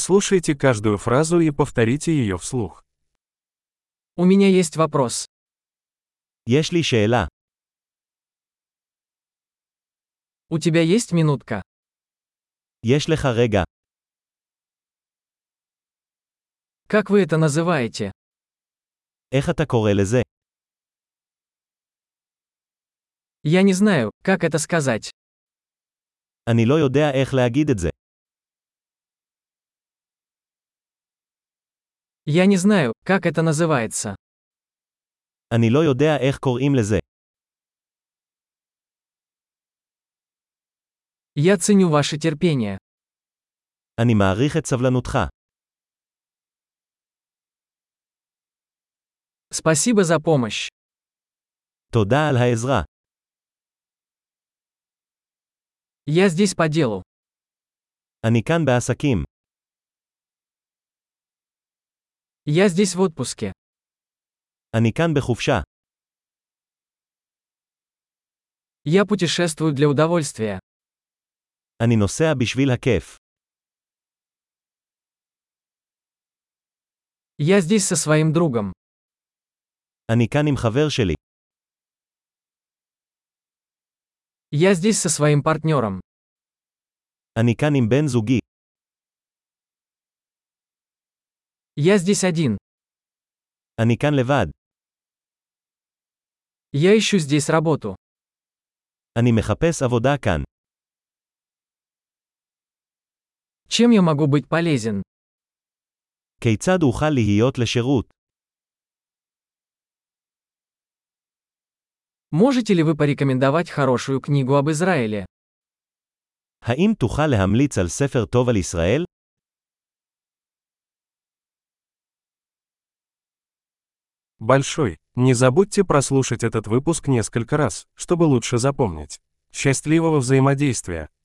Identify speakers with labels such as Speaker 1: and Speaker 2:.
Speaker 1: Прослушайте каждую фразу и повторите ее вслух.
Speaker 2: У меня есть вопрос.
Speaker 3: יש לי שאלה.
Speaker 2: У тебя есть минутка?
Speaker 3: יש לך רגע.
Speaker 2: Как вы это называете?
Speaker 3: איך אתה קורא לזה?
Speaker 2: Я не знаю, как это сказать.
Speaker 3: אני לא יודע איך להגיד את זה.
Speaker 2: Я не знаю, как это называется.
Speaker 3: אני לא יודע איך קוראים לזה.
Speaker 2: Я ценю ваше терпение.
Speaker 3: אני מעריך את סבלנותך.
Speaker 2: Спасибо за помощь.
Speaker 3: תודה על העזרה.
Speaker 2: Я здесь по делу.
Speaker 3: אני כאן בעסקים.
Speaker 2: Я здесь в отпуске.
Speaker 3: אני כאן בחופשה.
Speaker 2: Я путешествую для удовольствия.
Speaker 3: אני נוסע בשביל הכיף.
Speaker 2: Я здесь со своим другом.
Speaker 3: אני כאן עם חבר שלי.
Speaker 2: Я здесь со своим партнером.
Speaker 3: אני כאן עם בן זוגי.
Speaker 2: Я здесь один.
Speaker 3: אני כאן לבד.
Speaker 2: Я ищу здесь работу.
Speaker 3: אני מחפש עבודה כאן.
Speaker 2: Чем я могу быть полезен?
Speaker 3: כיצד אוכל להיות לשירות?
Speaker 2: Можете ли вы порекомендовать хорошую книгу об Израиле?
Speaker 3: האם תוכל להמליץ על ספר טוב על ישראל?
Speaker 1: Большой. Не забудьте прослушать этот выпуск несколько раз, чтобы лучше запомнить. Счастливого взаимодействия!